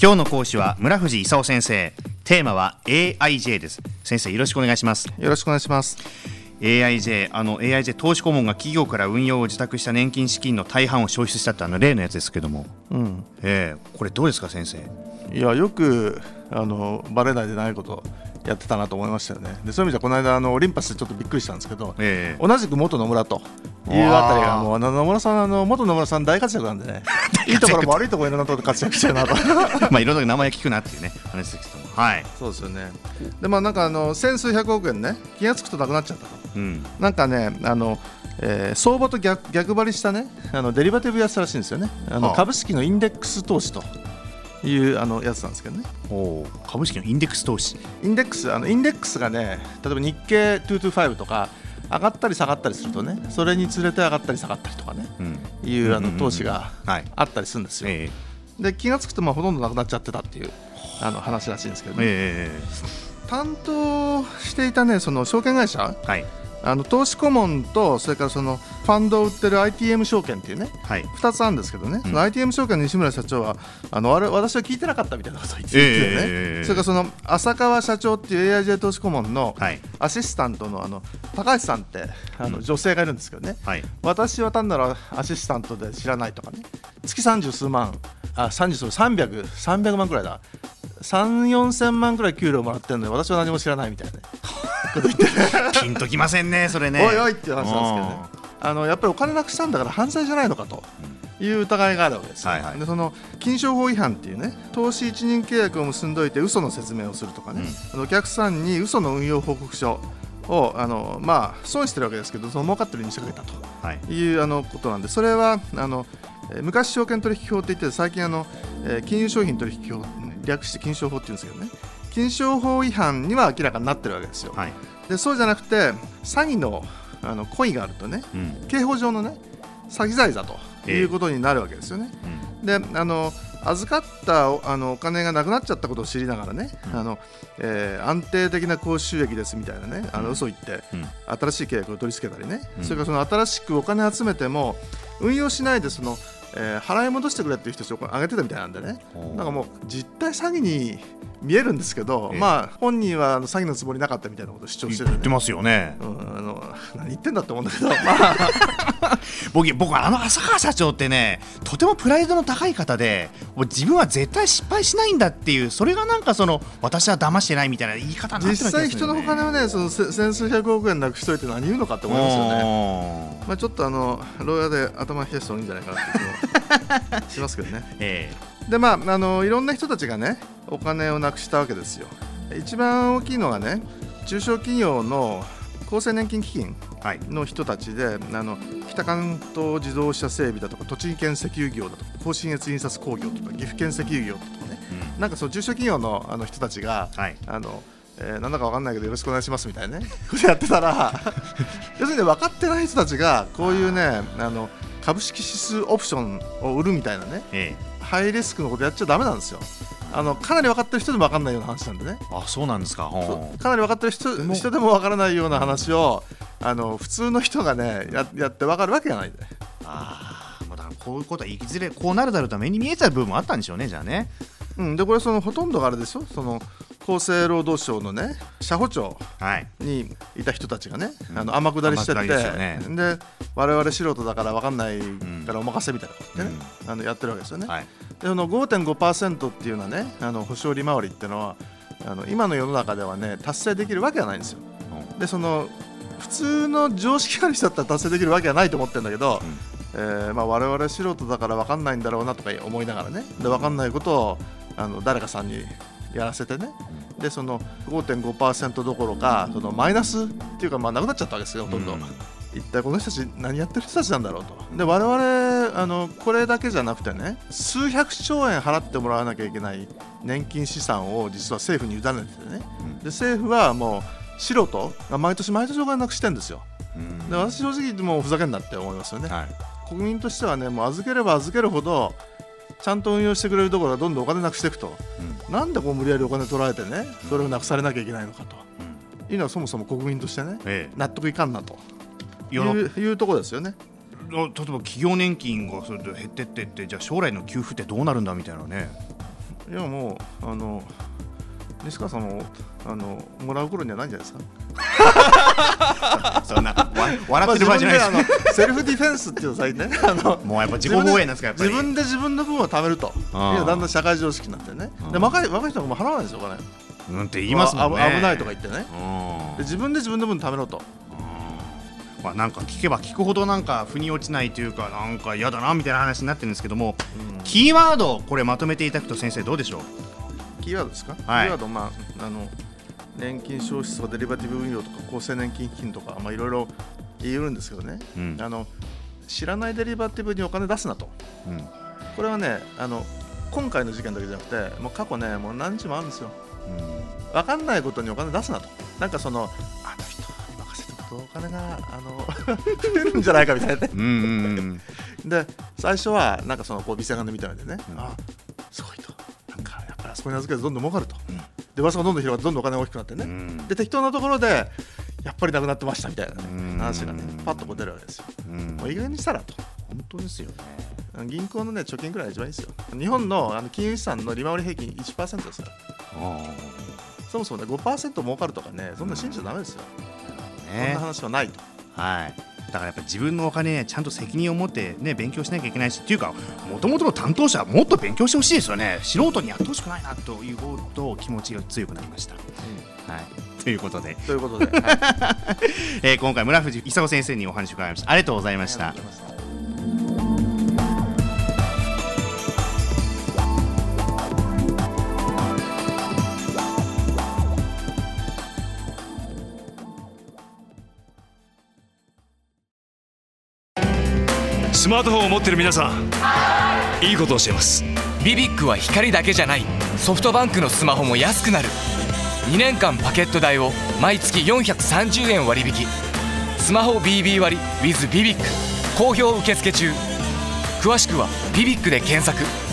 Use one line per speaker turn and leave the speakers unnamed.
今日の講師は村藤勲先生テーマは AIJ です先生よろしくお願いします
よろしくお願いします
AIJ あの AIJ 投資顧問が企業から運用を自託した年金資金の大半を消失したってあの例のやつですけども、
うん
ええこれどうですか先生
いやよくあのバレないでないことやってたなと思いましたよねでそういう意味じゃこの間あのオリンパスでちょっとびっくりしたんですけど、
え え
同じく元野村というあたりがもうあの野村さんあの元野村さん大活躍なんで ねいいところも悪いところもいろんなところで活躍してるなと
まあいろんな名前聞くなっていうね話ですけどもはい、
そうですよねでまあなんかあの千数百億円ね気が付くとなくなっちゃったと
うん、
なんかねあの、えー相場と逆逆張りしたねあのデリバティブやつらしいんですよねあの、
はあ
株式のインデックス投資というあのやつなんですけどね
おお株式のインデックス投資
インデックスあのインデックスがね例えば日経225とか上がったり下がったりするとねそれにつれて上がったり下がったりとかね
うん
いうあ
うんうん
の
うん
投資が
はい
あったりするんですよ、
ええ
で気がつくとまあほとんどなくなっちゃってたっていうあの話らしいんですけど、ね
ええ
担当していたねその証券会社
はい
あの投資顧問とそれからそのファンドを売ってる ITM 証券っていうね
はい
2つあるんですけどね、
うん
その ITM 証券の西村社長はあのわれ私は聞いてなかったみたいなことを言っててね、
ええ
それからその浅川社長っていう AIJ 投資顧問の
はい
アシスタントのあの高橋さんってあ
う
の
ん
女性がいるんですけどね、
はい
私は単なるアシスタントで知らないとかね月30数万あ30それ300 300万くらいだ3 4千万くらい給料もらってるのに私は何も知らないみたいなね
ピンときませんねそれね
おいおいっていう話なんですけどねあのやっぱりお金なくしたんだから犯罪じゃないのかという疑いがあるわけですよ、
はいはい
でその金商法違反っていうね投資一任契約を結んでおいて嘘の説明をするとかね、あのお客さんに嘘の運用報告書をあの、まあ、損してるわけですけどその儲かってるように仕掛けたと
はい
いうあのことなんでそれはあのえー昔証券取引法って言って最近あの、えー金融商品取引法略して金商法って言うんですけどね金商法違反には明らかになってるわけですよ、
はい
でそうじゃなくて詐欺のあの故意があるとね
うん
刑法上のね詐欺罪だということになるわけですよね。
うん
であの預かったおあのお金がなくなっちゃったことを知りながらね、あのえー安定的な高収益ですみたいなねあの嘘を言って、
うん
新しい契約を取り付けたりね、
うん
それからその新しくお金集めても運用しないでその、えー払い戻してくれっていう人たちを上げてたみたいなんでね
おー
なんかもう実態詐欺に見えるんですけど、
ええ
まあ本人はあの詐欺のつもりなかったみたいなことを主張してて、
言ってますよね
うん、あの何言ってんだって思うん だけど、まあ、
僕僕あの浅川社長ってねとてもプライドの高い方でもう自分は絶対失敗しないんだっていうそれがなんかその私は騙してないみたいな言い方になってる
実際、人のお金をね、そのせ千数百億円なくしといて何言うのかって思いますよね。
ね
まあ、ちょっとあの牢屋で頭冷やした方がいいんじゃないかなって気もしますけどね。
え
でまああのいろんな人たちがねお金をなくしたわけですよ。一番大きいのがね中小企業の厚生年金基金
えはい
の人たちであの北関東自動車整備だとか栃木県石油業だとか甲信越印刷工業とか岐阜県石油業とかねなんかその中小企業のあの人たちが、
はい
あのえーなんだかわかんないけどよろしくお願いしますみたいなね ことやってたら 要するに分かってない人たちがこういうねあの株式指数オプションを売るみたいなね
ええ
ハイリスクのことやっちゃだめなんですよあのかなり分かってる人でも分かんないような話なんでね
あそうなんですかほう
そうかなり分かってる人
も
人でも分からないような話をあの普通の人がねややって分かるわけがないで
ああまあだからこういうことはいずれこうなるだろうとは目に見えてた部分もあったんでしょうねじゃあね
うん、でこれそのほとんどがあれでしょその厚生労働省のね社保庁
はい
にいた人たちがね、
うん
あの天下りしてっ
天
て
下りですよね
で我々素人だから分かんないからお任せみたいなこと言ってね、あのやってるわけですよね、
はい
でその5.5%っていうのはねあの保証利回りっていうのはあの今の世の中ではね達成できるわけがないんですよ
うん
でその普通の常識ある人だったら達成できるわけがないと思ってるんだけど、
うん
えーまあ、我々素人だから分かんないんだろうなとか思いながらねで分かんないことをあの誰かさんにやらせてねでその5.5%どころかそのマイナスっていうかまあなくなっちゃったわけですよほとんど、
うん
一体この人たち何やってる人たちなんだろうとで我々あのこれだけじゃなくてね数百兆円払ってもらわなきゃいけない年金資産を実は政府に委ねててねで政府はもう素人が毎年毎年お金なくしてるんですよ
うん
で私正直もうふざけんなって思いますよね
はい
国民としてはねもう預ければ預けるほどちゃんと運用してくれるところはどんどんお金なくしていくと
うん
なんでこう無理やりお金取られてねそれをなくされなきゃいけないのかと
うん
いうのはそもそも国民としてね
え
納得いかんなと
え
い
世の
ういうところですよね。
例えば企業年金がそれで減ってってってじゃあ将来の給付ってどうなるんだみたいなね
いやもうあの西川さんもあのもらう頃にはないんじゃないですか
そんなわ笑ってる場合じゃないです、
まあ自分であのセルフディフェンスっていうのさね あの
もうやっぱ自己防衛なんですかやっぱり
自分で自分の分を貯めるという
ああ
だんだん社会常識になってね
ああ
で若い若い人も払わないですよお金
うんって言いますもんね
あ危危ないとか言ってね
うん
で自分で自分の分貯めろと
まあ、なんか聞けば聞くほどなんか腑に落ちないというかなんか嫌だなみたいな話になってるんですけどもキーワードこれまとめていただくと先生どうでしょう
キーワードですか、
はい
キーワード、まあ、あの年金消費とかデリバティブ運用とか厚生年金基金とか、まあ、いろいろ言えるんですけどね、
うん
あの知らないデリバティブにお金出すなと
うん
これはねあの今回の事件だけじゃなくてもう過去ねもう何時もあるんですよ分かんないことにお金出すなとなんかそのあの人に任せておくとお金があの増えるんじゃないかみたいなね
うんうんうん
で最初はなんかそのこう店金みたいなんでね、
うん
あすごいとなんかやっぱりあそこに預けるとどんどん儲かると、
うん
で噂がどんどん広がってどんどんお金が大きくなって
う
ね、
ん
で適当なところでやっぱりなくなってましたみたいな、ね
うん
話がねパッとこう出るわけですよ、
うん
もう意外にしたらと
本当ですよね
銀行のね貯金くらいが一番いいですよ日本のあの金融資産の利回り平均1%ですよ
あ
そもそもね5%儲かるとかねそんな信じちゃダメですよ、
あ
そん
ね
な話はないと
はいだからやっぱ自分のお金ねちゃんと責任を持ってね勉強しなきゃいけないしっていうかもともとの担当者はもっと勉強してほしいですよね素人にやってほしくないなということを気持ちが強くなりました、はい、ということで、
ということで、はい、あ
えー今回村藤功先生にお話を伺いましたありがとうございま
り
し
が
た
とうございました
スマートフォンを持ってる皆さんいいことを教えます
ビビックは光だけじゃないソフトバンクのスマホも安くなる2年間パケット代を毎月430円割引スマホ BB 割 with ビビック好評受付中詳しくは「ビビック」で検索